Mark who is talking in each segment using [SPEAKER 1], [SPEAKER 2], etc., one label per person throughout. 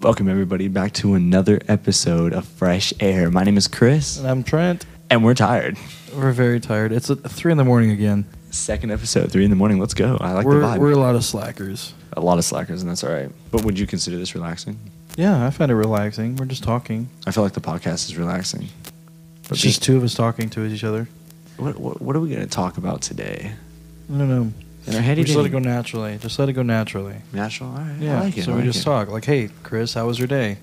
[SPEAKER 1] Welcome, everybody, back to another episode of Fresh Air. My name is Chris,
[SPEAKER 2] And I'm Trent.
[SPEAKER 1] and we're tired.
[SPEAKER 2] We're very tired. It's at three in the morning again.
[SPEAKER 1] Second episode, three in the morning. Let's go. I like
[SPEAKER 2] we're,
[SPEAKER 1] the vibe.
[SPEAKER 2] we're a lot of slackers.
[SPEAKER 1] a lot of slackers, and that's all right. But would you consider this relaxing?
[SPEAKER 2] Yeah, I find it relaxing. We're just talking.
[SPEAKER 1] I feel like the podcast is relaxing. But
[SPEAKER 2] it's just
[SPEAKER 1] the-
[SPEAKER 2] two of us talking to each other.
[SPEAKER 1] What, what, what are we going to talk about today?
[SPEAKER 2] I don't know.
[SPEAKER 1] In our head,
[SPEAKER 2] we
[SPEAKER 1] you
[SPEAKER 2] just let it go
[SPEAKER 1] didn't-
[SPEAKER 2] naturally. Just let it go naturally.
[SPEAKER 1] Natural. All right.
[SPEAKER 2] Yeah.
[SPEAKER 1] I like it.
[SPEAKER 2] so
[SPEAKER 1] I
[SPEAKER 2] we
[SPEAKER 1] like
[SPEAKER 2] just
[SPEAKER 1] it.
[SPEAKER 2] talk. Like, hey, Chris, how was your day?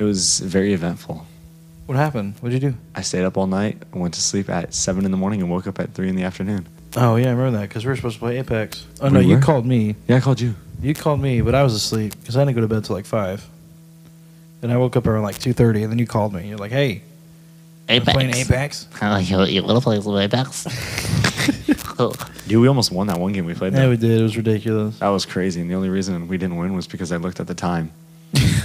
[SPEAKER 1] It was very eventful.
[SPEAKER 2] What happened? What'd you do?
[SPEAKER 1] I stayed up all night, I went to sleep at seven in the morning, and woke up at three in the afternoon.
[SPEAKER 2] Oh yeah, I remember that because we were supposed to play Apex. Oh
[SPEAKER 1] We
[SPEAKER 2] no, you
[SPEAKER 1] were?
[SPEAKER 2] called me.
[SPEAKER 1] Yeah, I called you.
[SPEAKER 2] You called me, but I was asleep because I didn't go to bed till like five. And I woke up around like two thirty, and then you called me. You're like, hey, we're
[SPEAKER 3] Apex.
[SPEAKER 2] playing Apex.
[SPEAKER 3] Oh, you, you want to play some Apex?
[SPEAKER 1] Dude, we almost won that one game we played.
[SPEAKER 2] Yeah,
[SPEAKER 1] though.
[SPEAKER 2] we did. It was ridiculous.
[SPEAKER 1] That was crazy, and the only reason we didn't win was because I looked at the time.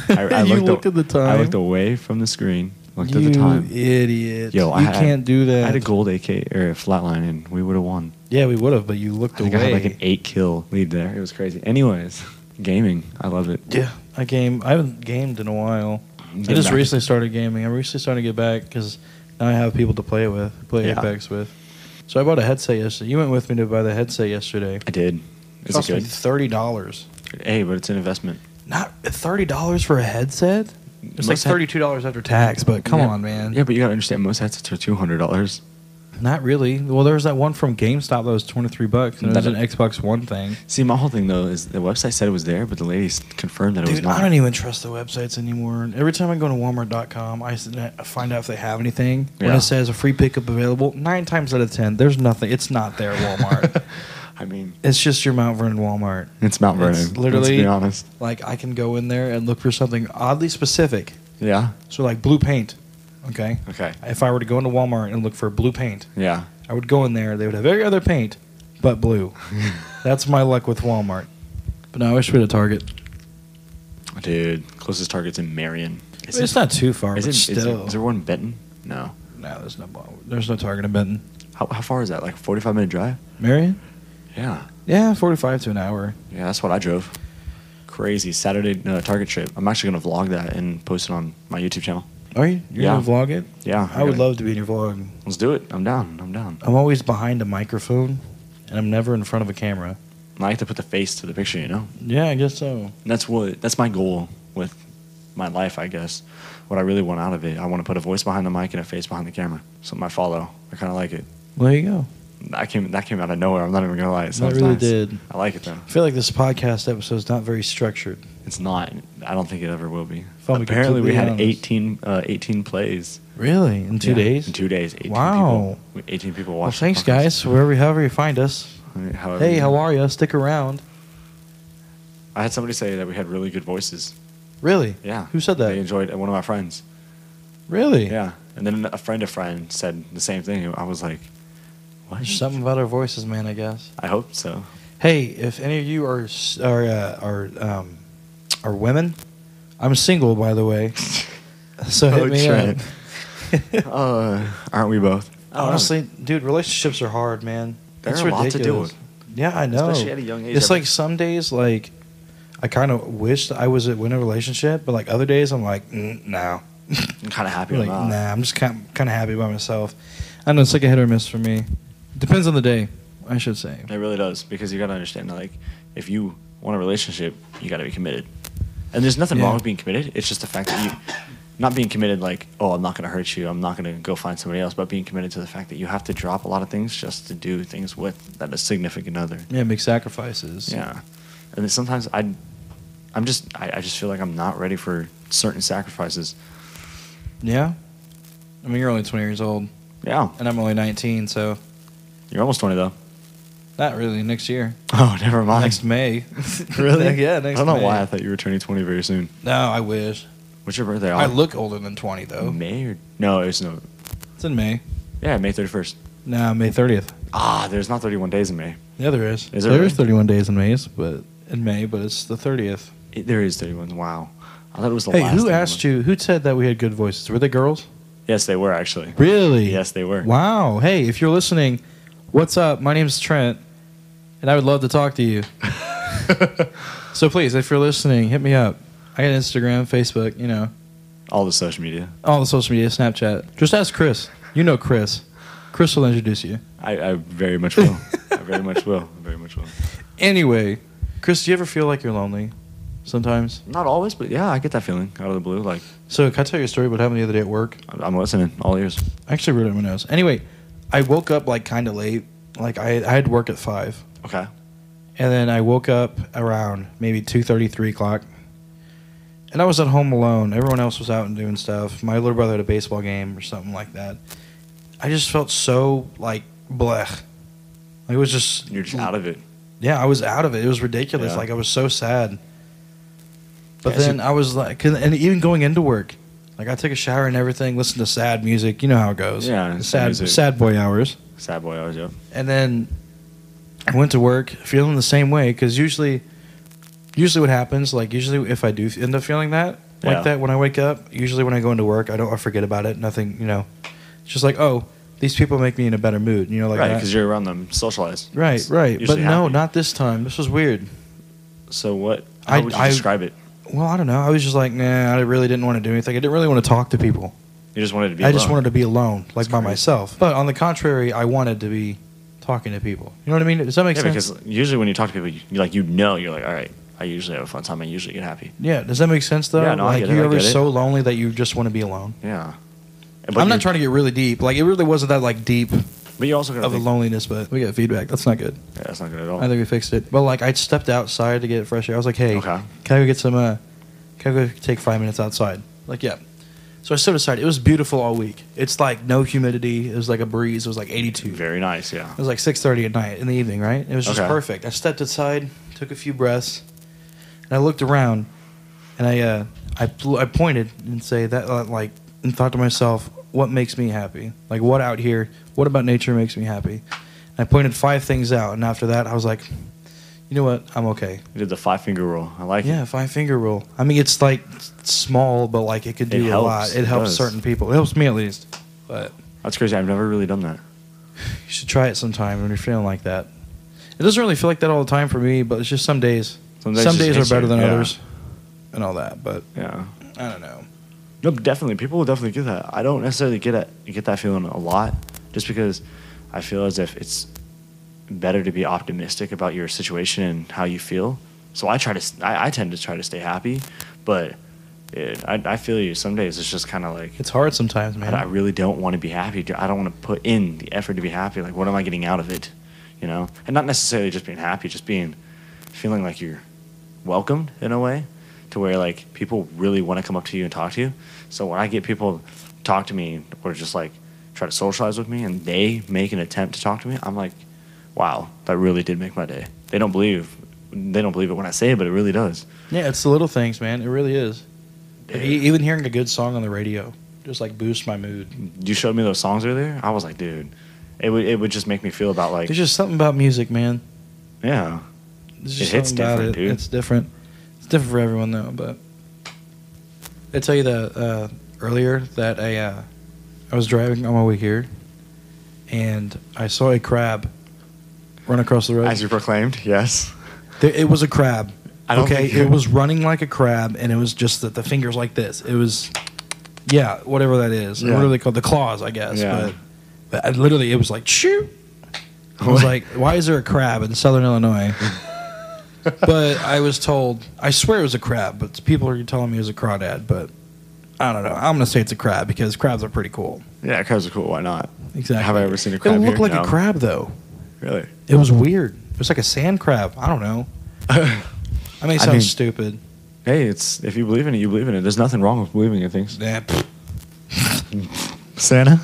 [SPEAKER 1] I, I
[SPEAKER 2] you looked
[SPEAKER 1] a-
[SPEAKER 2] at the time.
[SPEAKER 1] I looked away from the screen. Looked
[SPEAKER 2] you
[SPEAKER 1] at the time.
[SPEAKER 2] idiot.
[SPEAKER 1] Yo,
[SPEAKER 2] you
[SPEAKER 1] I had-
[SPEAKER 2] can't do
[SPEAKER 1] I
[SPEAKER 2] that.
[SPEAKER 1] had a gold AK or a flatline, and we would have won.
[SPEAKER 2] Yeah, we would have, but you looked
[SPEAKER 1] I think
[SPEAKER 2] away.
[SPEAKER 1] I had like an eight kill lead there. It was crazy. Anyways, gaming, I love it.
[SPEAKER 2] yeah, I game. I haven't gamed in a while.
[SPEAKER 1] Getting
[SPEAKER 2] I just
[SPEAKER 1] back-
[SPEAKER 2] recently started gaming. I'm recently starting to get back because now I have people to play with, play
[SPEAKER 1] Yeah.
[SPEAKER 2] Apex with. So I bought a headset yesterday. You went with me to buy the headset yesterday.
[SPEAKER 1] I did. Is it
[SPEAKER 2] cost me
[SPEAKER 1] good?
[SPEAKER 2] thirty dollars.
[SPEAKER 1] Hey, but it's an investment.
[SPEAKER 2] Not thirty dollars for a headset. It's like
[SPEAKER 1] Most head-
[SPEAKER 2] thirty-two dollars after tax, but come
[SPEAKER 1] Yeah.
[SPEAKER 2] on, man.
[SPEAKER 1] Yeah, but you gotta understand, most headsets are two hundred dollars.
[SPEAKER 2] Not really. Well, there was that one from GameStop that was twenty-three bucks, and it was
[SPEAKER 1] That-
[SPEAKER 2] an Xbox One thing.
[SPEAKER 1] See, my whole thing though is the website said it was there, but the ladies confirmed that it was
[SPEAKER 2] Dude,
[SPEAKER 1] not.
[SPEAKER 2] I don't even trust the websites anymore. And Every time I go to Walmart.com, I s- I find out if they have anything. When
[SPEAKER 1] Yeah.
[SPEAKER 2] it says a free pickup available, nine times out of ten, there's nothing. It's not there at Walmart.
[SPEAKER 1] I mean,
[SPEAKER 2] it's just your Mount Vernon Walmart.
[SPEAKER 1] it's Mount Vernon.
[SPEAKER 2] It's
[SPEAKER 1] Let's
[SPEAKER 2] literally-
[SPEAKER 1] be honest.
[SPEAKER 2] Like I can go in there and look for something oddly specific.
[SPEAKER 1] Yeah.
[SPEAKER 2] So like blue paint. Okay.
[SPEAKER 1] Okay.
[SPEAKER 2] If I were to go into Walmart and look for blue paint,
[SPEAKER 1] Yeah.
[SPEAKER 2] I would go in there. They would have every other paint, but blue. That's my luck with Walmart. But no, I wish we had a Target.
[SPEAKER 1] Dude, closest target's in Marion. Is
[SPEAKER 2] it's
[SPEAKER 1] it-
[SPEAKER 2] not too far,
[SPEAKER 1] Is, it,
[SPEAKER 2] but
[SPEAKER 1] is,
[SPEAKER 2] still.
[SPEAKER 1] there- is there one in Benton? No.
[SPEAKER 2] No, there's no there's no Target in Benton.
[SPEAKER 1] How, how far is that? Like a 45 minute drive?
[SPEAKER 2] Marion?
[SPEAKER 1] Yeah.
[SPEAKER 2] Yeah, 45 to an hour.
[SPEAKER 1] Yeah, that's what I drove. Crazy Saturday uh, Target trip. I'm actually going to vlog that and post it on my YouTube channel.
[SPEAKER 2] Are you? You're
[SPEAKER 1] Yeah.
[SPEAKER 2] gonna vlog it?
[SPEAKER 1] Yeah.
[SPEAKER 2] I would
[SPEAKER 1] gotta-
[SPEAKER 2] love to be in your vlog.
[SPEAKER 1] Let's do it. I'm down. I'm down.
[SPEAKER 2] I'm always behind a microphone, and I'm never in front of a camera.
[SPEAKER 1] I like to put the face to the picture, you know?
[SPEAKER 2] Yeah, I guess so.
[SPEAKER 1] And that's what, that's my goal with my life, I guess. What I really want out of it. I want to put a voice behind the mic and a face behind the camera. Something I follow. I kind of like it.
[SPEAKER 2] There you go.
[SPEAKER 1] That came, that came out of nowhere. I'm not even going to lie. It sounds
[SPEAKER 2] really
[SPEAKER 1] nice.
[SPEAKER 2] did.
[SPEAKER 1] I like it though.
[SPEAKER 2] I feel like this podcast episode is not very structured.
[SPEAKER 1] It's not. I don't think it ever will be.
[SPEAKER 2] I'll be
[SPEAKER 1] Apparently, we
[SPEAKER 2] completely
[SPEAKER 1] had
[SPEAKER 2] honest.
[SPEAKER 1] 18, uh, 18 plays.
[SPEAKER 2] Really? In two
[SPEAKER 1] Yeah,
[SPEAKER 2] days?
[SPEAKER 1] In two days. 18
[SPEAKER 2] Wow.
[SPEAKER 1] People, 18 people
[SPEAKER 2] well,
[SPEAKER 1] watched. the
[SPEAKER 2] thanks,
[SPEAKER 1] podcast.
[SPEAKER 2] guys. Wherever, however you find us.
[SPEAKER 1] I mean, however
[SPEAKER 2] Hey,
[SPEAKER 1] you-
[SPEAKER 2] how are you? Stick around.
[SPEAKER 1] I had somebody say that we had really good voices.
[SPEAKER 2] Really?
[SPEAKER 1] Yeah.
[SPEAKER 2] Who said
[SPEAKER 1] They
[SPEAKER 2] that?
[SPEAKER 1] enjoyed uh, one of my friends.
[SPEAKER 2] Really?
[SPEAKER 1] Yeah. And then a friend of friend said the same thing. I was like, what?
[SPEAKER 2] There's something about our voices, man. I guess.
[SPEAKER 1] I hope so.
[SPEAKER 2] Hey, if any of you are s- are uh, are um, are women, I'm single by the way. So hit
[SPEAKER 1] Oh,
[SPEAKER 2] me
[SPEAKER 1] Trent.
[SPEAKER 2] up.
[SPEAKER 1] Uh, aren't we both?
[SPEAKER 2] Honestly, dude, relationships are hard, man.
[SPEAKER 1] There
[SPEAKER 2] It's
[SPEAKER 1] are a lot to deal
[SPEAKER 2] ridiculous. Yeah, I know.
[SPEAKER 1] Especially at a young age,
[SPEAKER 2] It's
[SPEAKER 1] I-
[SPEAKER 2] like some days, like I kind of wish that I was in a relationship, but like other days, I'm like, mm, no,
[SPEAKER 1] I'm kind of happy
[SPEAKER 2] like,
[SPEAKER 1] about
[SPEAKER 2] nah, I'm just kind of, kind of happy by myself. I know it's like a hit or miss for me. Depends on the day, I should say.
[SPEAKER 1] It really does because you got to understand that, like, if you want a relationship, you got to be committed. And there's nothing
[SPEAKER 2] Yeah.
[SPEAKER 1] wrong with being committed. It's just the fact that you, not being committed, like, oh, I'm not going to hurt you. I'm not going to go find somebody else. But being committed to the fact that you have to drop a lot of things just to do things with that a significant other.
[SPEAKER 2] Yeah, make sacrifices.
[SPEAKER 1] Yeah. And then sometimes I, I'm just, I, I just feel like I'm not ready for certain sacrifices.
[SPEAKER 2] Yeah. I mean, you're only 20 years old,
[SPEAKER 1] Yeah.
[SPEAKER 2] and I'm only 19, so
[SPEAKER 1] You're almost 20 though.
[SPEAKER 2] not really next year.
[SPEAKER 1] Oh, never mind.
[SPEAKER 2] Next May. yeah, next
[SPEAKER 1] I don't know
[SPEAKER 2] May.
[SPEAKER 1] why I thought you were turning 20 very soon.
[SPEAKER 2] No, I wish.
[SPEAKER 1] What's your birthday?
[SPEAKER 2] I look older than 20, though.
[SPEAKER 1] May or no? It was no.
[SPEAKER 2] It's in May.
[SPEAKER 1] Yeah, May 31st.
[SPEAKER 2] No, May 30th.
[SPEAKER 1] Ah, there's not 31 days in May.
[SPEAKER 2] Yeah, there is.
[SPEAKER 1] Is there
[SPEAKER 2] there
[SPEAKER 1] really?
[SPEAKER 2] is 31 days in May, but in May, but it's the 30th.
[SPEAKER 1] It, there is 31. Wow. I thought it was the
[SPEAKER 2] Hey,
[SPEAKER 1] last.
[SPEAKER 2] who asked you? Who said that we had good voices? Were they girls?
[SPEAKER 1] Yes, they were actually.
[SPEAKER 2] Really?
[SPEAKER 1] Yes, they were.
[SPEAKER 2] Wow. Hey, if you're listening, what's up? My name's Trent, and I would love to talk to you. so please, if you're listening, hit me up. I got Instagram, Facebook, you know,
[SPEAKER 1] All the social media.
[SPEAKER 2] all the social media, Snapchat. Just ask Chris. You know Chris. Chris will introduce you.
[SPEAKER 1] I, I very much will. I very much will. I very much will.
[SPEAKER 2] Anyway, Chris, do you ever feel like you're lonely? Sometimes.
[SPEAKER 1] Not always, but yeah, I get that feeling out of the blue. Like
[SPEAKER 2] So can I tell you a story about happened the other day at work?
[SPEAKER 1] I'm I'm listening, all ears.
[SPEAKER 2] I actually wrote it in my notes. Anyway, I woke up like kind of late. Like I, I had work at five,
[SPEAKER 1] Okay.
[SPEAKER 2] and then I woke up around maybe two thirty, three o'clock, and I was at home alone. Everyone else was out and doing stuff. My little brother had a baseball game or something like that. I just felt so like blech. Like, it was just
[SPEAKER 1] You're just out of it.
[SPEAKER 2] yeah, I was out of it. It was ridiculous.
[SPEAKER 1] Yeah.
[SPEAKER 2] Like I was so sad. But
[SPEAKER 1] Yeah, so-
[SPEAKER 2] then I was like, 'cause- and even going into work, like I took a shower and everything, listened to sad music. You know how it goes.
[SPEAKER 1] Yeah, sad
[SPEAKER 2] sad,
[SPEAKER 1] music.
[SPEAKER 2] sad boy hours.
[SPEAKER 1] Sad boy always, yeah.
[SPEAKER 2] And then I went to work feeling the same way because usually, usually what happens, like usually if I do end up feeling that like
[SPEAKER 1] Yeah.
[SPEAKER 2] that when I wake up, usually when I go into work, I don't I forget about it. Nothing, you know, it's just like oh, these people make me in a better mood. You know, like
[SPEAKER 1] right,
[SPEAKER 2] that.
[SPEAKER 1] because you're around them, socialized.
[SPEAKER 2] Right,
[SPEAKER 1] It's
[SPEAKER 2] right. But
[SPEAKER 1] usually
[SPEAKER 2] no,
[SPEAKER 1] happy.
[SPEAKER 2] not this time. This was weird.
[SPEAKER 1] So what? How
[SPEAKER 2] I-
[SPEAKER 1] would you
[SPEAKER 2] I-
[SPEAKER 1] describe it?
[SPEAKER 2] Well, I don't know. I was just like, nah, I really didn't want to do anything. I didn't really want to talk to people.
[SPEAKER 1] You just wanted to be.
[SPEAKER 2] I just
[SPEAKER 1] alone.
[SPEAKER 2] wanted to be alone, like
[SPEAKER 1] That's
[SPEAKER 2] by
[SPEAKER 1] crazy.
[SPEAKER 2] myself. But on the contrary, I wanted to be talking to people. You know what I mean? Does that make
[SPEAKER 1] Yeah,
[SPEAKER 2] sense?
[SPEAKER 1] because usually when you talk to people, you, like you know, you're like, all right, I usually have a fun time. I usually get happy.
[SPEAKER 2] yeah, does that make sense though?
[SPEAKER 1] Yeah, no, I
[SPEAKER 2] like
[SPEAKER 1] get it,
[SPEAKER 2] you
[SPEAKER 1] I
[SPEAKER 2] ever
[SPEAKER 1] get it.
[SPEAKER 2] so lonely that you just want to be alone.
[SPEAKER 1] Yeah.
[SPEAKER 2] I'm not
[SPEAKER 1] you're-
[SPEAKER 2] trying to get really deep. Like it really wasn't that like deep
[SPEAKER 1] But you also got to
[SPEAKER 2] of the
[SPEAKER 1] think.
[SPEAKER 2] loneliness, but we got feedback. That's not good.
[SPEAKER 1] yeah, that's not good at all.
[SPEAKER 2] I think we fixed it. But like I stepped outside to get fresh air. I was like, hey,
[SPEAKER 1] Okay.
[SPEAKER 2] can I go get some? Uh, can I go take five minutes outside? Like, yeah. So I stepped aside. It was beautiful all week. It's like no humidity. It was like a breeze. It was like 82. It
[SPEAKER 1] Very nice. Yeah.
[SPEAKER 2] was like 6:30 at night in the evening, right? It was just
[SPEAKER 1] Okay.
[SPEAKER 2] perfect. I stepped aside, took a few breaths, and I looked around, and I uh, I pl- I pointed and say that uh, like and thought to myself, what makes me happy? Like what out here? What about nature makes me happy? And I pointed five things out, and after that, I was like, you know what? I'm okay.
[SPEAKER 1] You did the five finger rule. I like
[SPEAKER 2] Yeah,
[SPEAKER 1] it.
[SPEAKER 2] five finger rule. I mean, it's like small, but like it could
[SPEAKER 1] It
[SPEAKER 2] do a
[SPEAKER 1] helps.
[SPEAKER 2] lot. It
[SPEAKER 1] It
[SPEAKER 2] helps
[SPEAKER 1] does.
[SPEAKER 2] certain people. It helps me at least. But
[SPEAKER 1] That's crazy. I've never really done that.
[SPEAKER 2] you should try it sometime when you're feeling like that. It doesn't really feel like that all the time for me, but it's just some days.
[SPEAKER 1] Some
[SPEAKER 2] Some
[SPEAKER 1] days
[SPEAKER 2] days,
[SPEAKER 1] just hits
[SPEAKER 2] are better
[SPEAKER 1] you,
[SPEAKER 2] than
[SPEAKER 1] yeah.
[SPEAKER 2] others, and all that. But
[SPEAKER 1] Yeah.
[SPEAKER 2] I don't know.
[SPEAKER 1] No, but definitely. People will definitely get that. I don't necessarily get it. Get that feeling a lot, just because I feel as if it's better to be optimistic about your situation and how you feel. So I try to. s- I, I tend to try to stay happy, but it, I, I feel you. Some days it's just kind of like
[SPEAKER 2] It's hard sometimes,
[SPEAKER 1] I, I
[SPEAKER 2] man.
[SPEAKER 1] really don't want to be happy. I don't want to put in the effort to be happy. Like, what am I getting out of it? You know, and not necessarily just being happy, just being feeling like you're welcomed in a way, to where like people really want to come up to you and talk to you. So when I get people to talk to me or just like try to socialize with me, and they make an attempt to talk to me, I'm like, wow, that really did make my day. They don't believe, they don't believe it when I say it, but it really does.
[SPEAKER 2] Yeah, it's the little things, man. It really is. Like, e- Even hearing a good song on the radio just like boosts my mood.
[SPEAKER 1] You showed me those songs earlier. I was like, dude, it would it would just make me feel about like
[SPEAKER 2] There's just something about music, man.
[SPEAKER 1] yeah.
[SPEAKER 2] There's
[SPEAKER 1] It
[SPEAKER 2] just
[SPEAKER 1] hits
[SPEAKER 2] something about
[SPEAKER 1] different,
[SPEAKER 2] it.
[SPEAKER 1] dude.
[SPEAKER 2] It's different. It's different for everyone though. But I tell you that uh, earlier that I uh, I was driving on my way here, and I saw a crab run across the road.
[SPEAKER 1] As you proclaimed, yes.
[SPEAKER 2] There- it was a crab.
[SPEAKER 1] I don't
[SPEAKER 2] okay,
[SPEAKER 1] think you-
[SPEAKER 2] it was running like a crab, and it was just that the fingers like this. It was, yeah, whatever that is.
[SPEAKER 1] Yeah.
[SPEAKER 2] What are they called? The claws, I guess.
[SPEAKER 1] Yeah.
[SPEAKER 2] But, but I, literally, it was like shoot. I was like, why is there a crab in Southern Illinois? but I was told, I swear it was a crab, but people are telling me it was a crawdad. But I don't know. I'm gonna say it's a crab because crabs are pretty cool.
[SPEAKER 1] Yeah, crabs are cool. Why not?
[SPEAKER 2] Exactly.
[SPEAKER 1] Have I ever seen a
[SPEAKER 2] It
[SPEAKER 1] crab
[SPEAKER 2] looked
[SPEAKER 1] here?
[SPEAKER 2] like
[SPEAKER 1] No.
[SPEAKER 2] a crab though.
[SPEAKER 1] Really?
[SPEAKER 2] It was weird. It was like a sand crab. I don't know. I may
[SPEAKER 1] I
[SPEAKER 2] sound
[SPEAKER 1] mean-
[SPEAKER 2] stupid.
[SPEAKER 1] Hey, it's if you believe in it, you believe in it. There's nothing wrong with believing in things.
[SPEAKER 2] Yeah, pff,
[SPEAKER 1] Santa?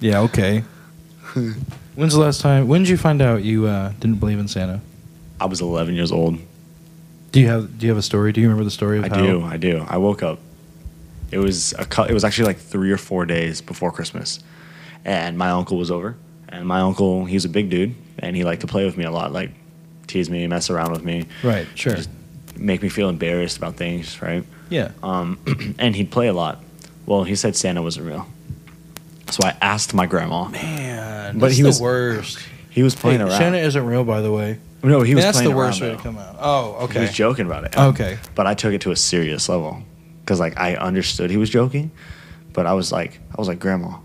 [SPEAKER 2] yeah, okay. When's the last time? When did you find out you uh, didn't believe in Santa?
[SPEAKER 1] I was 11 years old.
[SPEAKER 2] Do you have Do you have a story? Do you remember the story of
[SPEAKER 1] I
[SPEAKER 2] how?
[SPEAKER 1] do. I do. I woke up. It was a cou- it was actually like 3 or 4 days before Christmas. And my uncle was over. And my uncle, he was a big dude and he liked to play with me a lot, like tease me, mess around with me,
[SPEAKER 2] Right. Sure.
[SPEAKER 1] Just- make me feel embarrassed about things, right?
[SPEAKER 2] yeah.
[SPEAKER 1] Um, and he'd play a lot. Well, he said Santa wasn't real. So I asked my grandma.
[SPEAKER 2] Man,
[SPEAKER 1] But
[SPEAKER 2] that's
[SPEAKER 1] he
[SPEAKER 2] the
[SPEAKER 1] was
[SPEAKER 2] worst.
[SPEAKER 1] He was playing
[SPEAKER 2] Hey,
[SPEAKER 1] around.
[SPEAKER 2] Santa isn't real, by the way.
[SPEAKER 1] No, he was
[SPEAKER 2] that's
[SPEAKER 1] playing
[SPEAKER 2] the worst
[SPEAKER 1] around,
[SPEAKER 2] way to
[SPEAKER 1] though.
[SPEAKER 2] come out. Oh,
[SPEAKER 1] He
[SPEAKER 2] okay.
[SPEAKER 1] was joking about it.
[SPEAKER 2] Okay.
[SPEAKER 1] But I took it to a serious level because like I understood he was joking, but I was like, I was like, Grandma,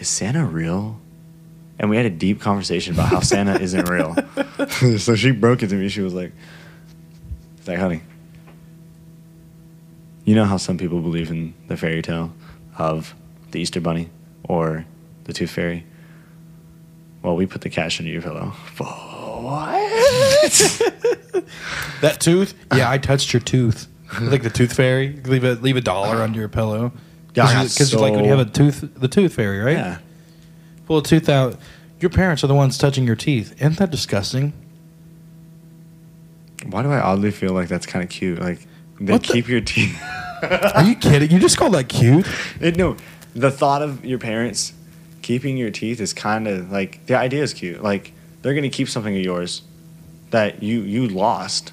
[SPEAKER 1] is Santa real? And we had a deep conversation about how Santa isn't real. so she broke it to me. She was like, it's like, honey, you know how some people believe in the fairy tale of the Easter Bunny or the Tooth Fairy? Well, we put the cash under your pillow. What?
[SPEAKER 2] That tooth? Yeah, I touched your tooth. like the tooth fairy. Leave a leave a dollar under your pillow.
[SPEAKER 1] Yeah, I got
[SPEAKER 2] Because like when you
[SPEAKER 1] so-
[SPEAKER 2] have a tooth, the tooth fairy, right?
[SPEAKER 1] yeah.
[SPEAKER 2] Pull a tooth out. Your parents are the ones touching your teeth. Isn't that disgusting?
[SPEAKER 1] Why do I oddly feel like that's kind of cute? Like they
[SPEAKER 2] What the-
[SPEAKER 1] keep your teeth.
[SPEAKER 2] Are you kidding? You just call that cute?
[SPEAKER 1] It, no, the thought of your parents keeping your teeth is kind of like the idea is cute. Like they're gonna keep something of yours that you you lost.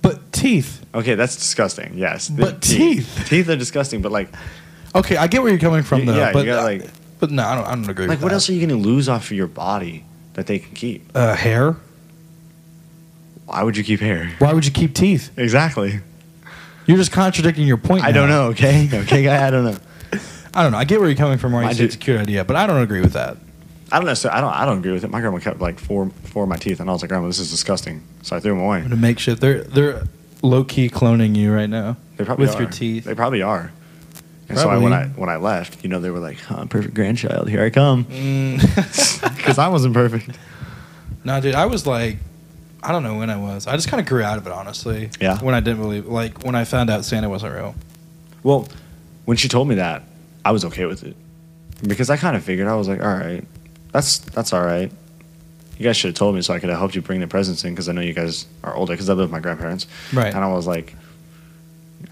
[SPEAKER 2] But teeth.
[SPEAKER 1] Okay, that's disgusting. Yes, The
[SPEAKER 2] But teeth.
[SPEAKER 1] teeth are disgusting. But like,
[SPEAKER 2] Okay, I get where you're coming from
[SPEAKER 1] You-
[SPEAKER 2] though.
[SPEAKER 1] yeah, you
[SPEAKER 2] but
[SPEAKER 1] got, like-
[SPEAKER 2] but no, I don't, I don't agree
[SPEAKER 1] like
[SPEAKER 2] with
[SPEAKER 1] what
[SPEAKER 2] that.
[SPEAKER 1] else are you gonna lose off of your body that they can keep?
[SPEAKER 2] Uh, hair?
[SPEAKER 1] Why would you keep hair?
[SPEAKER 2] Why would you keep teeth?
[SPEAKER 1] Exactly.
[SPEAKER 2] You're just contradicting your point.
[SPEAKER 1] I
[SPEAKER 2] now.
[SPEAKER 1] don't know. Okay, okay, guy. I don't know.
[SPEAKER 2] I don't know. I get where you're coming from. Why
[SPEAKER 1] I
[SPEAKER 2] you say
[SPEAKER 1] do-
[SPEAKER 2] it's a cute idea, but I don't agree with that.
[SPEAKER 1] I don't know. So I don't. I don't agree with it. My grandma kept like four four of my teeth, and I was like, Grandma, this is disgusting. So I threw them away.
[SPEAKER 2] I'm gonna make shit. They're they're low key cloning you right now.
[SPEAKER 1] They probably
[SPEAKER 2] with
[SPEAKER 1] are.
[SPEAKER 2] your teeth.
[SPEAKER 1] They probably are. And so I, when I
[SPEAKER 2] Probably.
[SPEAKER 1] when I left, you know, they were like, huh, "Perfect grandchild, here I come," because I wasn't perfect.
[SPEAKER 2] No, dude, I was like, I don't know when I was. I just kind of grew out of it, honestly.
[SPEAKER 1] Yeah.
[SPEAKER 2] When I didn't believe, like when I found out Santa wasn't real.
[SPEAKER 1] Well, when she told me that, I was okay with it because I kind of figured I was like, "All right, that's that's all right." You guys should have told me so I could have helped you bring the presents in because I know you guys are older because I live with my grandparents.
[SPEAKER 2] Right.
[SPEAKER 1] And I was like,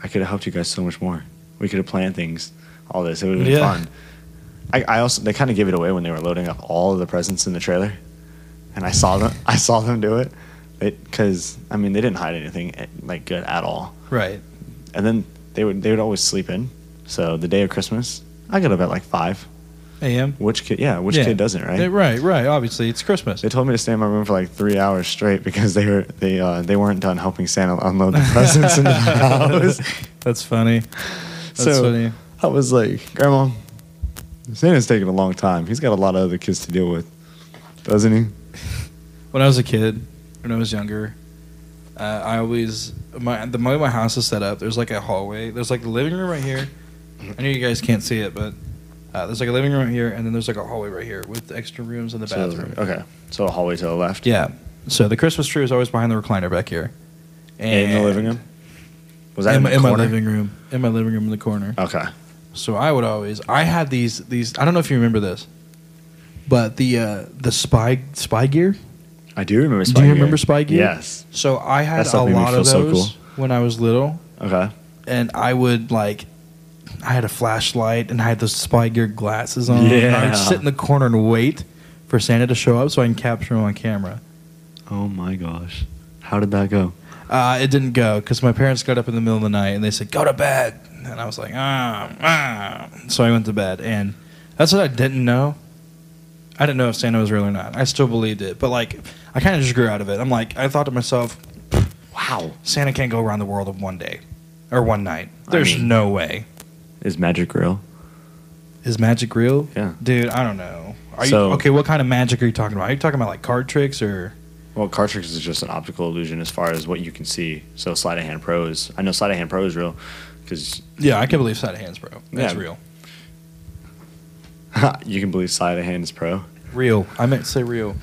[SPEAKER 1] I could have helped you guys so much more. We could have planned things, all this. It would have been
[SPEAKER 2] Yeah.
[SPEAKER 1] fun. I, I also they kind of gave it away when they were loading up all of the presents in the trailer, and I saw them. I saw them do it, because I mean they didn't hide anything eh, like good at all.
[SPEAKER 2] Right.
[SPEAKER 1] And then they would they would always sleep in. So the day of Christmas, I got up at like five.
[SPEAKER 2] A.M.
[SPEAKER 1] Which kid? Yeah, which
[SPEAKER 2] Yeah.
[SPEAKER 1] kid doesn't right?
[SPEAKER 2] Yeah, right. Right. Obviously, it's Christmas.
[SPEAKER 1] They told me to stay in my room for like three hours straight because they were they uh, they weren't done helping Santa unload the presents into the house.
[SPEAKER 2] That's funny. That's
[SPEAKER 1] so
[SPEAKER 2] funny.
[SPEAKER 1] I was like, Grandma, Santa's taking a long time. He's got a lot of other kids to deal with, doesn't he?
[SPEAKER 2] When I was a kid, when I was younger, uh, I always my the way my house is set up. There's like a hallway. There's like the living room right here. I know you guys can't see it, but uh, there's like a living room right here, and then there's like a hallway right here with extra rooms and the
[SPEAKER 1] So-
[SPEAKER 2] bathroom.
[SPEAKER 1] okay, so a hallway to the left.
[SPEAKER 2] Yeah. So the Christmas tree is always behind the recliner back here.
[SPEAKER 1] in the living room. Was that in,
[SPEAKER 2] in, my-
[SPEAKER 1] the
[SPEAKER 2] in my
[SPEAKER 1] corner?
[SPEAKER 2] living room. In my living room in the corner.
[SPEAKER 1] Okay.
[SPEAKER 2] So I would always I had these these I don't know if you remember this. But the uh the spy spy gear.
[SPEAKER 1] I do remember. Spy
[SPEAKER 2] Do you
[SPEAKER 1] Gear.
[SPEAKER 2] remember spy gear?
[SPEAKER 1] Yes.
[SPEAKER 2] So I had
[SPEAKER 1] That
[SPEAKER 2] a
[SPEAKER 1] stuff made me
[SPEAKER 2] lot
[SPEAKER 1] feel
[SPEAKER 2] of
[SPEAKER 1] so
[SPEAKER 2] those
[SPEAKER 1] cool.
[SPEAKER 2] when I was little
[SPEAKER 1] Okay.
[SPEAKER 2] and I would like I had a flashlight and I had those spy gear glasses on. And I
[SPEAKER 1] Yeah.
[SPEAKER 2] would sit in the corner and wait for Santa to show up so I can capture him on camera.
[SPEAKER 1] Oh my gosh, how did that go?
[SPEAKER 2] Uh, it didn't go because my parents got up in the middle of the night and they said, "Go to bed," and I was like, "Ah, ah." So I went to bed, and that's what I didn't know. I didn't know if Santa was real or not. I still believed it, but like, I kind of just grew out of it. I'm like, I thought to myself,
[SPEAKER 1] Wow.
[SPEAKER 2] Santa can't go around the world in one day or one night.
[SPEAKER 1] I
[SPEAKER 2] There's
[SPEAKER 1] mean-
[SPEAKER 2] no way.
[SPEAKER 1] Is magic real?
[SPEAKER 2] Is magic real?
[SPEAKER 1] Yeah.
[SPEAKER 2] dude. I don't know. Are
[SPEAKER 1] So-
[SPEAKER 2] you okay? What kind of magic are you talking about? Are you talking about like card tricks or?
[SPEAKER 1] Well, card tricks is just an optical illusion as far as what you can see. So sleight of hand pro is. I know sleight of hand pro is real, because
[SPEAKER 2] Yeah, I can believe sleight of hands, bro. That's
[SPEAKER 1] Yeah.
[SPEAKER 2] real.
[SPEAKER 1] you can believe sleight of hand is pro.
[SPEAKER 2] Real. I meant to say real.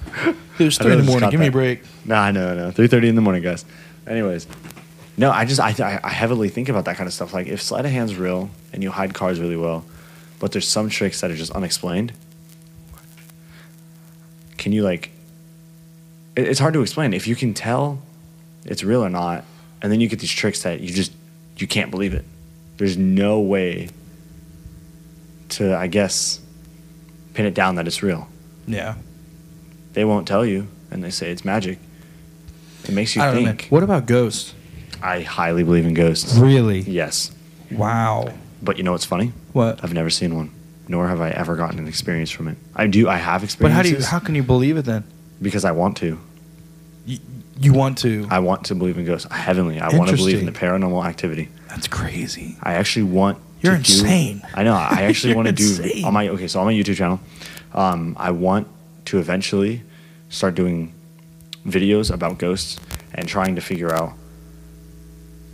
[SPEAKER 2] It was
[SPEAKER 1] I
[SPEAKER 2] three
[SPEAKER 1] really
[SPEAKER 2] in the
[SPEAKER 1] just
[SPEAKER 2] morning.
[SPEAKER 1] caught
[SPEAKER 2] Give me a
[SPEAKER 1] that.
[SPEAKER 2] break.
[SPEAKER 1] Nah, no, no. Three thirty in the morning, guys. Anyways, no, I just I, I I heavily think about that kind of stuff. Like if sleight of hand's real and you hide cards really well, but there's some tricks that are just unexplained. Can you like? It, it's hard to explain. If you can tell, it's real or not, and then you get these tricks that you just you can't believe it. There's no way to I guess pin it down that it's real
[SPEAKER 2] Yeah.
[SPEAKER 1] they won't tell you and they say it's magic. It makes you
[SPEAKER 2] I don't know, man.
[SPEAKER 1] think.
[SPEAKER 2] What about ghosts?
[SPEAKER 1] I highly believe in ghosts.
[SPEAKER 2] Really?
[SPEAKER 1] Yes.
[SPEAKER 2] Wow.
[SPEAKER 1] But you know what's funny?
[SPEAKER 2] What?
[SPEAKER 1] I've never seen one, nor have I ever gotten an experience from it. I do, I have
[SPEAKER 2] But
[SPEAKER 1] experiences
[SPEAKER 2] how do you? How can you believe it then?
[SPEAKER 1] because I want to.
[SPEAKER 2] You, you want to?
[SPEAKER 1] I want to believe in ghosts. Heavenly. I want to believe in the paranormal activity.
[SPEAKER 2] That's crazy.
[SPEAKER 1] I actually want.
[SPEAKER 2] You're
[SPEAKER 1] to do-
[SPEAKER 2] insane.
[SPEAKER 1] I know. I actually
[SPEAKER 2] You're
[SPEAKER 1] want to do
[SPEAKER 2] insane.
[SPEAKER 1] on my okay. So on my YouTube channel, um, I want to eventually start doing videos about ghosts and trying to figure out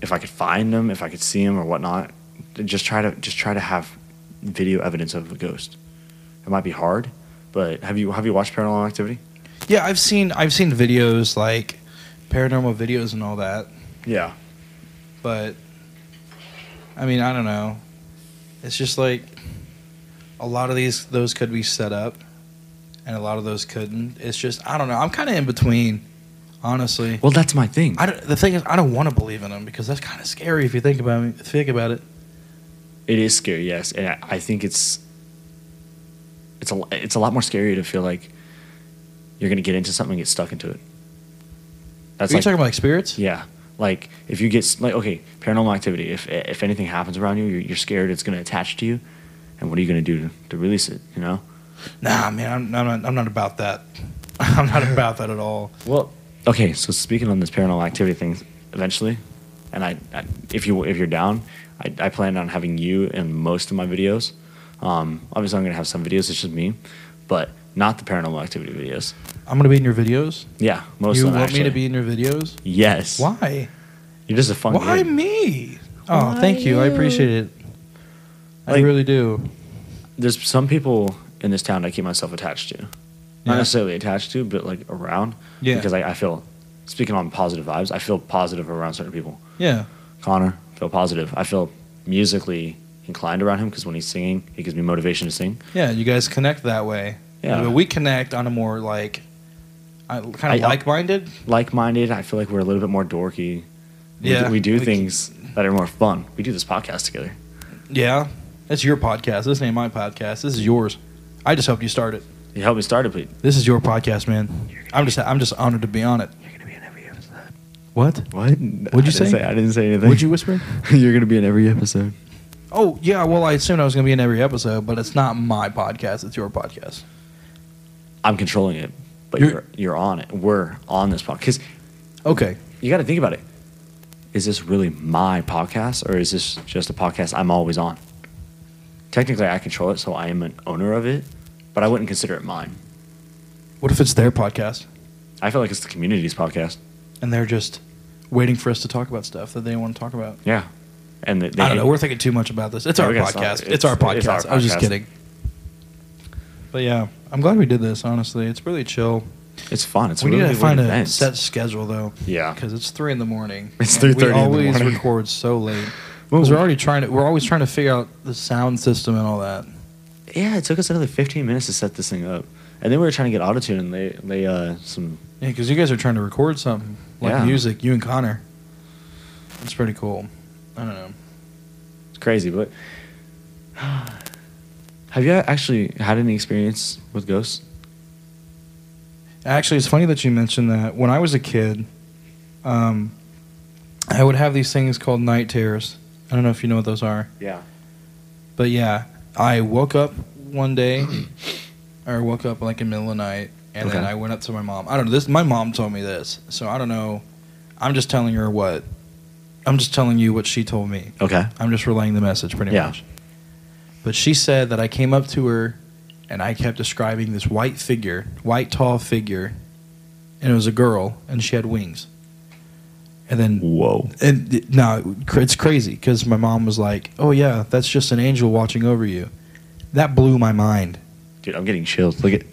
[SPEAKER 1] if I could find them, if I could see them, or whatnot. Just try to just try to have video evidence of a ghost. It might be hard, but have you have you watched Paranormal Activity?
[SPEAKER 2] Yeah, I've seen I've seen videos like paranormal videos and all that,
[SPEAKER 1] Yeah.
[SPEAKER 2] but I mean, I don't know. It's just like a lot of these those could be set up and a lot of those couldn't. It's just I don't know. I'm kind of in between, honestly.
[SPEAKER 1] Well, that's my thing.
[SPEAKER 2] I don't, the thing is I don't want to believe in them because that's kind of scary if you think about me, think about it.
[SPEAKER 1] It is scary, yes, and I- I think it's it's a it's a lot more scary to feel like you're gonna get into something and get stuck into it. That's
[SPEAKER 2] Are you
[SPEAKER 1] like
[SPEAKER 2] talking about like spirits?
[SPEAKER 1] yeah, like if you get s- like okay, paranormal activity. If if anything happens around you, you're, you're scared it's gonna attach to you, and what are you gonna do to, to release it? You know.
[SPEAKER 2] Nah, man, I'm, I'm not I'm not about that. I'm not about that at all.
[SPEAKER 1] Well, okay. So speaking on this paranormal activity thing, eventually, and I, I if you if you're down, I, I plan on having you in most of my videos. Um, obviously, I'm gonna have some videos. It's just me, but not the paranormal activity videos.
[SPEAKER 2] I'm going to be in your videos.
[SPEAKER 1] Yeah, most
[SPEAKER 2] you
[SPEAKER 1] of them.
[SPEAKER 2] want me to
[SPEAKER 1] actually.
[SPEAKER 2] be in your videos?
[SPEAKER 1] Yes.
[SPEAKER 2] Why?
[SPEAKER 1] You're just a fun.
[SPEAKER 2] Why
[SPEAKER 1] kid.
[SPEAKER 2] me? Oh,
[SPEAKER 1] Why
[SPEAKER 2] thank you. I appreciate it. I
[SPEAKER 1] Like-
[SPEAKER 2] really do.
[SPEAKER 1] There's some people in this town I keep myself attached to, not
[SPEAKER 2] Yeah.
[SPEAKER 1] necessarily attached to, but like around.
[SPEAKER 2] Yeah.
[SPEAKER 1] Because I, I feel, speaking on positive vibes, I feel positive around certain people.
[SPEAKER 2] Yeah.
[SPEAKER 1] Connor, feel positive. I feel musically inclined around him because when he's singing, he gives me motivation to sing.
[SPEAKER 2] Yeah, you guys connect that way.
[SPEAKER 1] Yeah.
[SPEAKER 2] But we connect on a more like I kind
[SPEAKER 1] I-
[SPEAKER 2] of like-minded.
[SPEAKER 1] Like-minded, I feel like we're a little bit more dorky. We
[SPEAKER 2] Yeah,
[SPEAKER 1] do, we do
[SPEAKER 2] we-
[SPEAKER 1] things that are more fun. We do this podcast together.
[SPEAKER 2] Yeah. That's your podcast. This ain't my podcast. This is yours. I just helped you start it.
[SPEAKER 1] You helped me start it, but
[SPEAKER 2] This is your podcast, man. I'm just I'm just honored to be on it.
[SPEAKER 1] you're gonna be in every episode.
[SPEAKER 2] What?
[SPEAKER 1] What? What'd
[SPEAKER 2] you say?
[SPEAKER 1] I didn't say anything.
[SPEAKER 2] Would you whisper?
[SPEAKER 1] you're gonna be in every episode.
[SPEAKER 2] Oh yeah, well I assumed I was gonna be in every episode, but it's not my podcast. It's your podcast.
[SPEAKER 1] I'm controlling it, but you're
[SPEAKER 2] You're-
[SPEAKER 1] you're, on it. We're on this podcast because
[SPEAKER 2] Okay.
[SPEAKER 1] you got to think about it. Is this really my podcast, or is this just a podcast I'm always on? Technically, I control it, so I am an owner of it, but I wouldn't consider it mine.
[SPEAKER 2] What if it's their podcast
[SPEAKER 1] I feel like it's the community's podcast.
[SPEAKER 2] and they're just waiting for us to talk about stuff that they want to talk about?
[SPEAKER 1] Yeah, and they, they
[SPEAKER 2] I don't know. We're thinking too much about this. It's
[SPEAKER 1] Yeah,
[SPEAKER 2] our
[SPEAKER 1] we gotta stop.
[SPEAKER 2] podcast. It's,
[SPEAKER 1] It's-
[SPEAKER 2] our podcast.
[SPEAKER 1] it's our
[SPEAKER 2] I was just
[SPEAKER 1] podcast.
[SPEAKER 2] kidding. But yeah, I'm glad we did this. Honestly, it's really chill.
[SPEAKER 1] it's fun. It's
[SPEAKER 2] we
[SPEAKER 1] really
[SPEAKER 2] need to find a
[SPEAKER 1] event.
[SPEAKER 2] set schedule though.
[SPEAKER 1] Yeah.
[SPEAKER 2] because it's three in the morning.
[SPEAKER 1] It's 3:30
[SPEAKER 2] and
[SPEAKER 1] in the
[SPEAKER 2] We always
[SPEAKER 1] morning.
[SPEAKER 2] record so late.
[SPEAKER 1] Well,
[SPEAKER 2] 'Cause we're already trying to. We're always trying to figure out the sound system and all that.
[SPEAKER 1] yeah, it took us another 15 minutes to set this thing up, and then we were trying to get autotune, and they they uh some
[SPEAKER 2] Yeah, because you guys are trying to record something like
[SPEAKER 1] Yeah.
[SPEAKER 2] music. You and Connor. It's pretty cool. I don't know.
[SPEAKER 1] It's crazy, but have you actually had any experience with ghosts?
[SPEAKER 2] Actually, it's funny that you mentioned that. When I was a kid, um, I would have these things called night terrors. I don't know if you know what those are,
[SPEAKER 1] Yeah.
[SPEAKER 2] but yeah, I woke up one day, or woke up like in the middle of the night, and then
[SPEAKER 1] Okay.
[SPEAKER 2] I went up to my mom. I don't know this. My mom told me this, so I don't know. I'm just telling her what. I'm just telling you what she told me.
[SPEAKER 1] Okay.
[SPEAKER 2] I'm just relaying the message pretty
[SPEAKER 1] Yeah.
[SPEAKER 2] much. But she said that I came up to her and I kept describing this white figure, white tall figure, and it was a girl and she had wings. And then
[SPEAKER 1] Whoa.
[SPEAKER 2] and it- no, it's crazy because my mom was like, "Oh yeah, that's just an angel watching over you." That blew my mind.
[SPEAKER 1] Dude, I'm getting chills. Look at. I'm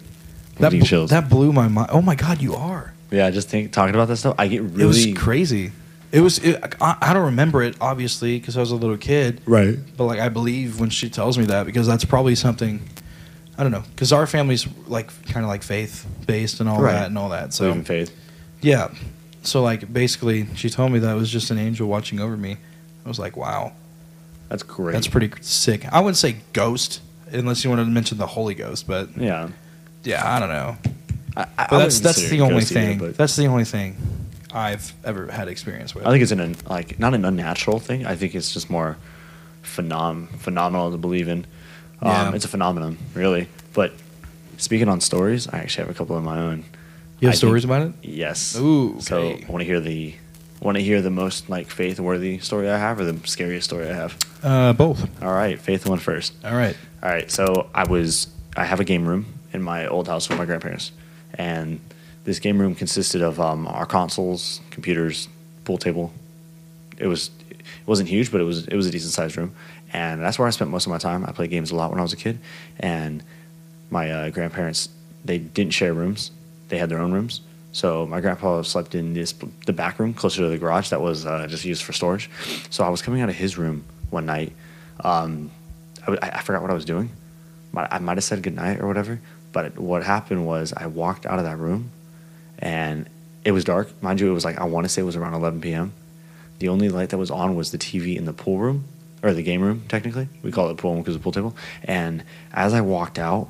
[SPEAKER 2] That
[SPEAKER 1] getting
[SPEAKER 2] bl-
[SPEAKER 1] chills.
[SPEAKER 2] that blew my mind. Oh my god, you are.
[SPEAKER 1] yeah, I just think talking about this stuff, I get really.
[SPEAKER 2] It was crazy. It was. It, I, I don't remember it obviously because I was a little kid.
[SPEAKER 1] Right.
[SPEAKER 2] But like I believe when she tells me that because that's probably something I don't know because our family's like kind of like faith based and all
[SPEAKER 1] Right.
[SPEAKER 2] that and all that.
[SPEAKER 1] So
[SPEAKER 2] So
[SPEAKER 1] in faith.
[SPEAKER 2] yeah, so like basically she told me that it was just an angel watching over me. I was like, wow,
[SPEAKER 1] That's great.
[SPEAKER 2] that's pretty sick. I wouldn't say ghost unless you wanted to mention the Holy Ghost, but
[SPEAKER 1] Yeah.
[SPEAKER 2] yeah, I don't
[SPEAKER 1] I,
[SPEAKER 2] know.
[SPEAKER 1] I-
[SPEAKER 2] But
[SPEAKER 1] I
[SPEAKER 2] that's
[SPEAKER 1] wouldn't
[SPEAKER 2] that's
[SPEAKER 1] consider
[SPEAKER 2] the
[SPEAKER 1] it
[SPEAKER 2] only
[SPEAKER 1] ghost either,
[SPEAKER 2] thing.
[SPEAKER 1] but
[SPEAKER 2] that's the only thing I've ever had experience with.
[SPEAKER 1] I think it's an un, like not an unnatural thing. I think it's just more phenom phenomenal to believe in. Um,
[SPEAKER 2] Yeah.
[SPEAKER 1] It's a phenomenon, really. But speaking on stories, I actually have a couple of my own.
[SPEAKER 2] You have
[SPEAKER 1] I
[SPEAKER 2] stories about it?
[SPEAKER 1] Yes.
[SPEAKER 2] Ooh,
[SPEAKER 1] So
[SPEAKER 2] okay.
[SPEAKER 1] I want to hear the want to hear the most like faith worthy story I have or the scariest story I have.
[SPEAKER 2] Uh, both.
[SPEAKER 1] All right, faith one first.
[SPEAKER 2] All right.
[SPEAKER 1] All right, so I was I have a game room in my old house with my grandparents, and this game room consisted of um, our consoles, computers, pool table. It was it wasn't huge, but it was it was a decent sized room, and that's where I spent most of my time. I played games a lot when I was a kid, and my uh, grandparents they didn't share rooms; they had their own rooms. So my grandpa slept in this the back room closer to the garage that was uh, just used for storage. So I was coming out of his room one night. Um, I, w- I- I forgot what I was doing. Might- I might have said goodnight or whatever. But what happened was I walked out of that room and it was dark. Mind you, it was like, I want to say it was around 11 p.m. The only light that was on was the TV in the pool room or the game room, technically. We call it pool room because it's a pool table. And as I walked out,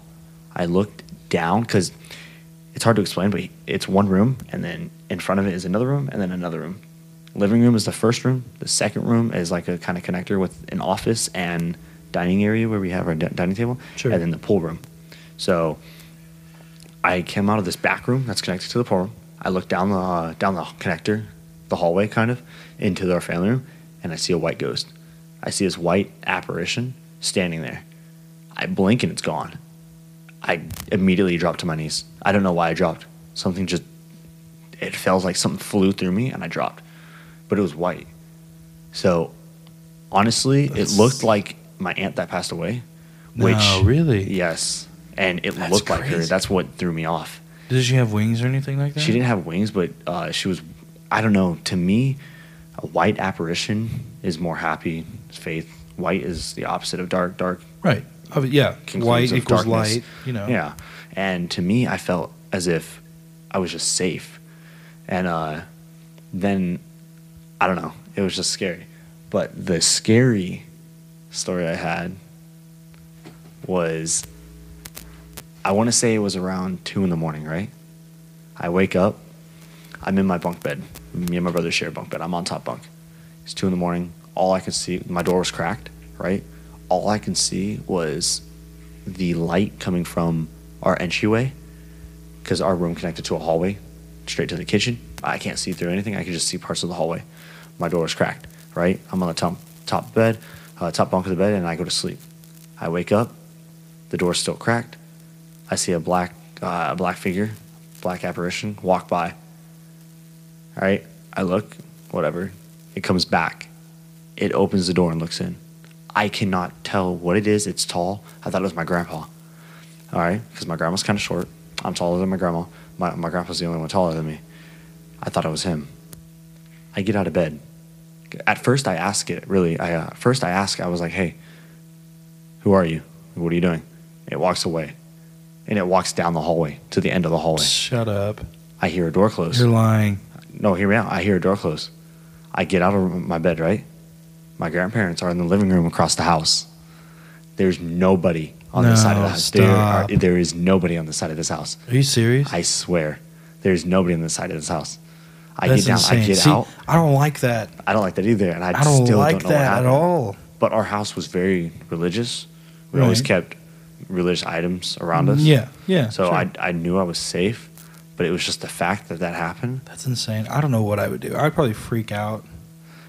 [SPEAKER 1] I looked down because it's hard to explain, but it's one room, and then in front of it is another room, and then another room. Living room is the first room. The second room is like a kind of connector with an office and dining area where we have our di- dining table,
[SPEAKER 2] Sure.
[SPEAKER 1] and then the pool room. So I came out of this back room that's connected to the pool room. I look down the uh, down the connector, the hallway kind of, into our family room, and I see a white ghost. I see this white apparition standing there. I blink and it's gone. I immediately dropped to my knees. I don't know why I dropped. Something just it felt like something flew through me and I dropped. But it was white. So honestly, it
[SPEAKER 2] That's-
[SPEAKER 1] looked like my aunt that passed away. Which
[SPEAKER 2] No, really?
[SPEAKER 1] Yes. And it
[SPEAKER 2] That's
[SPEAKER 1] looked like her.
[SPEAKER 2] crazy.
[SPEAKER 1] That's what threw me off.
[SPEAKER 2] Did she have wings or anything like that?
[SPEAKER 1] She didn't have wings, but uh, she was, I don't know, to me, a white apparition is more happy, faith. White is the opposite of dark. Dark
[SPEAKER 2] Right. Obvi- yeah.
[SPEAKER 1] concludes
[SPEAKER 2] White
[SPEAKER 1] of
[SPEAKER 2] equals
[SPEAKER 1] darkness.
[SPEAKER 2] light. You know.
[SPEAKER 1] Yeah. And to me, I felt as if I was just safe. And uh, then, I don't know, it was just scary. But the scary story I had was I want to say it was around two in the morning, right? I wake up, I'm in my bunk bed. Me and my brother share a bunk bed. I'm on top bunk. It's two in the morning. All I could see, my door was cracked, right? All I can see was the light coming from our entryway because our room connected to a hallway straight to the kitchen. I can't see through anything. I can just see parts of the hallway. My door is cracked, right? I'm on the top, top bed, uh, top bunk of the bed, and I go to sleep. I wake up. The door's still cracked. I see a black, uh, a black figure, black apparition walk by. All right. I look, whatever. It comes back. It opens the door and looks in. I cannot tell what it is. It's tall. I thought it was my grandpa. All right, because my grandma's kind of short. I'm taller than my grandma. My, my grandpa's the only one taller than me. I thought it was him. I get out of bed. At first, I ask it. Really, I uh, first I ask. I was like, "Hey, who are you? What are you doing?" It walks away, and it walks down the hallway to the end of the hallway.
[SPEAKER 2] Shut up.
[SPEAKER 1] I hear a door close.
[SPEAKER 2] You're lying.
[SPEAKER 1] No, hear me out. I hear a door close. I get out of my bed, right? My grandparents are in the living room across the house. There's nobody on this side of the
[SPEAKER 2] No,
[SPEAKER 1] house. There, are,
[SPEAKER 2] stop.
[SPEAKER 1] there is nobody on the side of this house.
[SPEAKER 2] Are you serious?
[SPEAKER 1] I swear. There's nobody on the side of this house. I
[SPEAKER 2] That's
[SPEAKER 1] get down,
[SPEAKER 2] insane.
[SPEAKER 1] I get
[SPEAKER 2] See,
[SPEAKER 1] out.
[SPEAKER 2] I don't like that.
[SPEAKER 1] I don't like that either. And I,
[SPEAKER 2] I don't
[SPEAKER 1] still
[SPEAKER 2] like
[SPEAKER 1] don't know what
[SPEAKER 2] that at
[SPEAKER 1] happened.
[SPEAKER 2] all.
[SPEAKER 1] But our house was very religious. We always
[SPEAKER 2] Right.
[SPEAKER 1] kept religious items around us.
[SPEAKER 2] Yeah. Yeah.
[SPEAKER 1] So
[SPEAKER 2] sure.
[SPEAKER 1] I, I knew I was safe, but it was just the fact that that happened.
[SPEAKER 2] That's insane. I don't know what I would do. I'd probably freak out.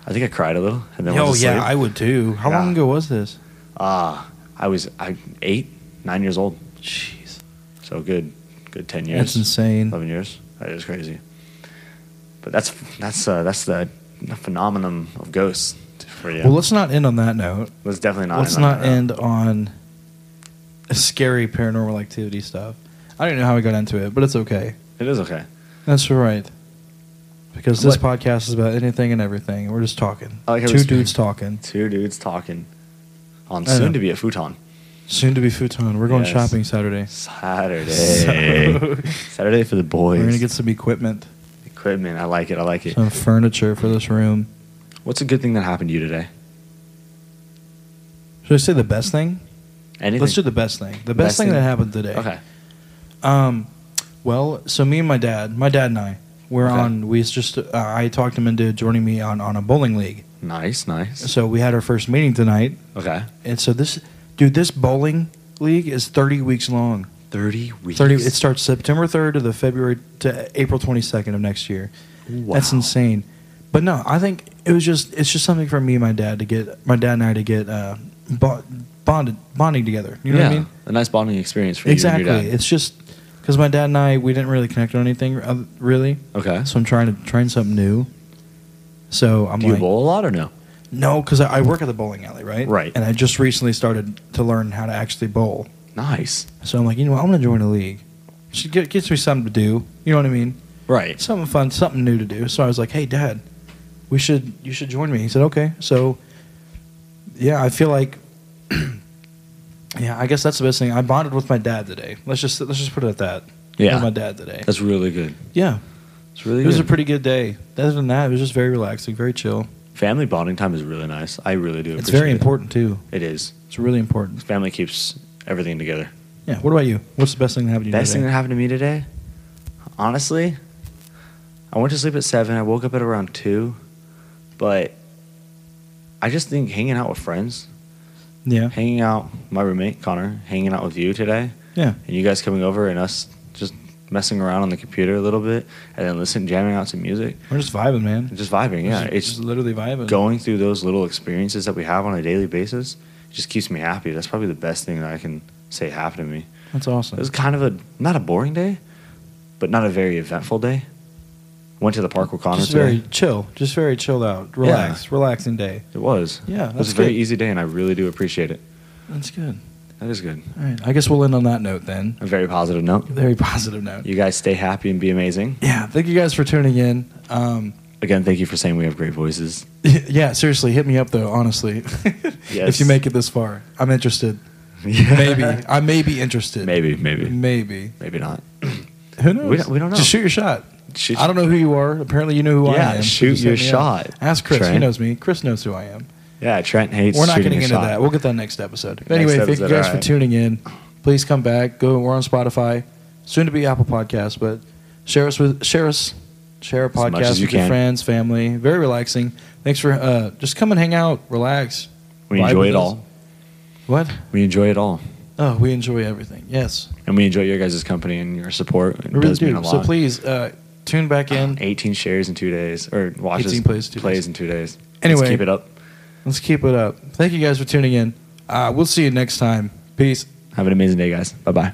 [SPEAKER 1] I think I cried a little. And then
[SPEAKER 2] oh
[SPEAKER 1] was
[SPEAKER 2] yeah,
[SPEAKER 1] asleep.
[SPEAKER 2] I would too. How long
[SPEAKER 1] Yeah.
[SPEAKER 2] ago was this?
[SPEAKER 1] Uh, I was I eight, nine years old.
[SPEAKER 2] Jeez.
[SPEAKER 1] So good, good ten years.
[SPEAKER 2] That's insane.
[SPEAKER 1] Eleven years. That is crazy. But that's that's uh, that's the phenomenon of ghosts for you.
[SPEAKER 2] Well, let's not end on that note.
[SPEAKER 1] Let's definitely not.
[SPEAKER 2] let's
[SPEAKER 1] end on
[SPEAKER 2] not
[SPEAKER 1] that.
[SPEAKER 2] end on scary paranormal activity stuff. I don't know how we got into it, but it's okay.
[SPEAKER 1] uh, It is okay.
[SPEAKER 2] That's all right. Because this podcast is about anything and everything. We're just talking.
[SPEAKER 1] I like how
[SPEAKER 2] Two
[SPEAKER 1] it's-
[SPEAKER 2] dudes talking.
[SPEAKER 1] Two dudes talking on
[SPEAKER 2] I know.
[SPEAKER 1] soon to be a futon
[SPEAKER 2] Soon to be futon. We're going
[SPEAKER 1] Yes.
[SPEAKER 2] shopping Saturday.
[SPEAKER 1] Saturday. Saturday for the boys.
[SPEAKER 2] We're gonna get some equipment,
[SPEAKER 1] equipment. I like it. I like it.
[SPEAKER 2] some furniture for this room.
[SPEAKER 1] What's a good thing that happened to you today?
[SPEAKER 2] Should I say the best thing?
[SPEAKER 1] Anything?
[SPEAKER 2] Let's do the best thing. The best,
[SPEAKER 1] Best
[SPEAKER 2] thing,
[SPEAKER 1] thing?
[SPEAKER 2] that happened today.
[SPEAKER 1] Okay.
[SPEAKER 2] Um, well, so me and my dad, my dad and I, we're
[SPEAKER 1] Okay.
[SPEAKER 2] on. We just uh, I talked him into joining me on on a bowling league.
[SPEAKER 1] Nice. Nice.
[SPEAKER 2] So we had our first meeting tonight,
[SPEAKER 1] Okay.
[SPEAKER 2] and so this dude, this bowling league is thirty weeks long.
[SPEAKER 1] Thirty weeks.
[SPEAKER 2] Thirty. It starts September third to the February to April twenty second of next year.
[SPEAKER 1] Wow.
[SPEAKER 2] That's insane. But no, I think it was just it's just something for me and my dad to get my dad and I to get uh, bo- bonded bonding together. You know
[SPEAKER 1] yeah,
[SPEAKER 2] what I mean?
[SPEAKER 1] a nice bonding experience for
[SPEAKER 2] exactly.
[SPEAKER 1] you and your dad.
[SPEAKER 2] It's just because my dad and I we didn't really connect on anything uh, really.
[SPEAKER 1] okay.
[SPEAKER 2] So I'm trying to trying something new. So I'm
[SPEAKER 1] Do you
[SPEAKER 2] like,
[SPEAKER 1] bowl a lot or no?
[SPEAKER 2] no, because I, I work at the bowling alley, right?
[SPEAKER 1] Right.
[SPEAKER 2] And I just recently started to learn how to actually bowl.
[SPEAKER 1] Nice.
[SPEAKER 2] So I'm like, you know what? I'm gonna join a league. She get, gets me something to do. You know what I mean?
[SPEAKER 1] Right.
[SPEAKER 2] Something fun, something new to do. So I was like, hey, Dad, we should you should join me. He said, okay. So yeah, I feel like yeah, I guess that's the best thing. I bonded with my dad today. Let's just let's just put it at that.
[SPEAKER 1] Yeah.
[SPEAKER 2] With my dad today.
[SPEAKER 1] That's really good.
[SPEAKER 2] Yeah,
[SPEAKER 1] It's really
[SPEAKER 2] it was a
[SPEAKER 1] good.
[SPEAKER 2] pretty good day. Other than that, it was just very relaxing, very chill.
[SPEAKER 1] Family bonding time is really nice. I really do.
[SPEAKER 2] It's
[SPEAKER 1] appreciate
[SPEAKER 2] very
[SPEAKER 1] it.
[SPEAKER 2] important too.
[SPEAKER 1] It is.
[SPEAKER 2] It's really important.
[SPEAKER 1] Family keeps everything together.
[SPEAKER 2] Yeah. What about you? What's the best thing that happened to you?
[SPEAKER 1] Best thing
[SPEAKER 2] today?
[SPEAKER 1] that happened to me today, honestly, I went to sleep at seven. I woke up at around two, but I just think hanging out with friends,
[SPEAKER 2] yeah.
[SPEAKER 1] hanging out my roommate Connor, hanging out with you today,
[SPEAKER 2] Yeah.
[SPEAKER 1] and you guys coming over and us just messing around on the computer a little bit and then listening, jamming out some music,
[SPEAKER 2] We're just vibing, man.
[SPEAKER 1] and just vibing. Yeah,
[SPEAKER 2] Just-
[SPEAKER 1] it's
[SPEAKER 2] just literally vibing.
[SPEAKER 1] going through those little experiences that we have on a daily basis. It just keeps me happy. That's probably the best thing that I can say happened to me.
[SPEAKER 2] That's awesome.
[SPEAKER 1] It was kind of a not a boring day, but not a very eventful day. Went to the park with Connor
[SPEAKER 2] just
[SPEAKER 1] today.
[SPEAKER 2] very chill, just very chilled out, relaxed, relaxing day.
[SPEAKER 1] it was. it
[SPEAKER 2] Yeah,
[SPEAKER 1] was a
[SPEAKER 2] that's
[SPEAKER 1] very
[SPEAKER 2] good.
[SPEAKER 1] easy day, and I really do appreciate it.
[SPEAKER 2] That's good.
[SPEAKER 1] That is good.
[SPEAKER 2] All right, I guess we'll end on that note then.
[SPEAKER 1] A very positive note.
[SPEAKER 2] Very positive note.
[SPEAKER 1] You guys stay happy and be amazing.
[SPEAKER 2] Yeah, thank you guys for tuning in. Um,
[SPEAKER 1] Again, thank you for saying we have great voices.
[SPEAKER 2] yeah, seriously, hit me up though. Honestly, if
[SPEAKER 1] Yes.
[SPEAKER 2] you make it this far, I'm interested. Maybe I may be interested.
[SPEAKER 1] maybe, maybe,
[SPEAKER 2] maybe.
[SPEAKER 1] maybe not.
[SPEAKER 2] Who knows?
[SPEAKER 1] We don't- we don't know.
[SPEAKER 2] Just shoot your shot.
[SPEAKER 1] Shoot-
[SPEAKER 2] I don't know who you are. Apparently, you know who
[SPEAKER 1] Yeah,
[SPEAKER 2] I am. so
[SPEAKER 1] shoot
[SPEAKER 2] just
[SPEAKER 1] your
[SPEAKER 2] hit me up.
[SPEAKER 1] shot,
[SPEAKER 2] Ask Chris. He
[SPEAKER 1] Trent.
[SPEAKER 2] knows me. Chris knows who I am.
[SPEAKER 1] Yeah, Trent hates.
[SPEAKER 2] We're not
[SPEAKER 1] shooting
[SPEAKER 2] getting
[SPEAKER 1] a
[SPEAKER 2] into
[SPEAKER 1] shot.
[SPEAKER 2] that. We'll get that next episode. But anyway, thank you
[SPEAKER 1] episode,
[SPEAKER 2] guys for
[SPEAKER 1] alright.
[SPEAKER 2] tuning in. Please come back. Go. We're on Spotify, soon to be Apple Podcasts. But share us with share us share a
[SPEAKER 1] much
[SPEAKER 2] podcast
[SPEAKER 1] as
[SPEAKER 2] with
[SPEAKER 1] you
[SPEAKER 2] your
[SPEAKER 1] can.
[SPEAKER 2] friends, family. Very relaxing. Thanks for uh, just come and hang out, relax.
[SPEAKER 1] We
[SPEAKER 2] Vibe
[SPEAKER 1] enjoy
[SPEAKER 2] with
[SPEAKER 1] it
[SPEAKER 2] us.
[SPEAKER 1] all.
[SPEAKER 2] What?
[SPEAKER 1] We enjoy it all,
[SPEAKER 2] Oh, we enjoy everything. Yes,
[SPEAKER 1] and we enjoy your guys' company and your support. It
[SPEAKER 2] we really
[SPEAKER 1] does mean a
[SPEAKER 2] do.
[SPEAKER 1] lot.
[SPEAKER 2] So please uh, tune back in.
[SPEAKER 1] 18 shares in two days, or watches
[SPEAKER 2] 18 plays in two days.
[SPEAKER 1] in two days.
[SPEAKER 2] Anyway.
[SPEAKER 1] Let's keep it up.
[SPEAKER 2] Let's keep it up. Thank you guys for tuning in. Uh, we'll see you next time. Peace.
[SPEAKER 1] Have an amazing day, guys. Bye bye.